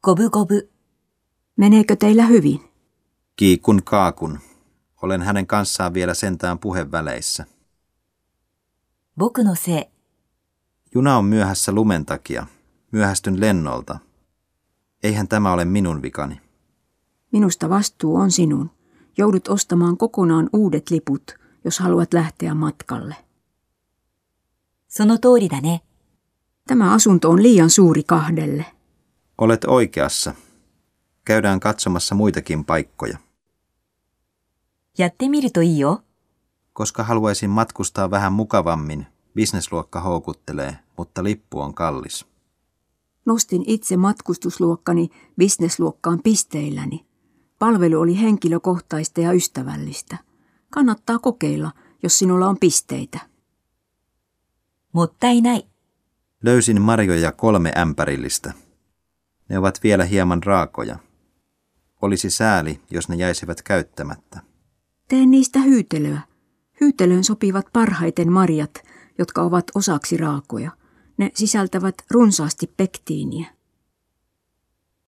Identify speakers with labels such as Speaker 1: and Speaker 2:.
Speaker 1: Koby koby.
Speaker 2: Meneekö teillä hyvin?
Speaker 3: Kiikun kaakun. Olen hänen kanssaan vielä sentään puheväleissä.
Speaker 1: Boku no se.
Speaker 3: Juna on myöhässä lumen takia. Myöhästyn lennolta. Eihän tämä ole minun vikani.
Speaker 2: Minusta vastuu on sinun. Joudut ostamaan kokonaan uudet liput, jos haluat lähteä matkalle.
Speaker 1: その通りだね。
Speaker 2: Tämä asunto on liian suuri kahdelle.
Speaker 3: Olet oikeassa. Käydään katsomassa muitakin paikkoja.
Speaker 1: やってみるといいよ。
Speaker 3: Koska haluaisin matkustaa vähän mukavammin, bisnesluokka houkuttelee, mutta lippu on kallis.
Speaker 2: Nostin itse matkustusluokkani bisnesluokkaan pisteilläni. Palvelu oli henkilökohtaista ja ystävällistä. Kannattaa kokeilla, jos sinulla on pisteitä.
Speaker 1: もったいない。
Speaker 3: Löysin marjoja kolme ämpärillistä. Ne ovat vielä hieman raakoja. Olisi sääli, jos ne jäisivät käyttämättä.
Speaker 2: Tee niistä hyytelöä. Hyytelöön sopivat parhaiten marjat, jotka ovat osaksi raakoja. Ne sisältävät runsaasti pektiiniä.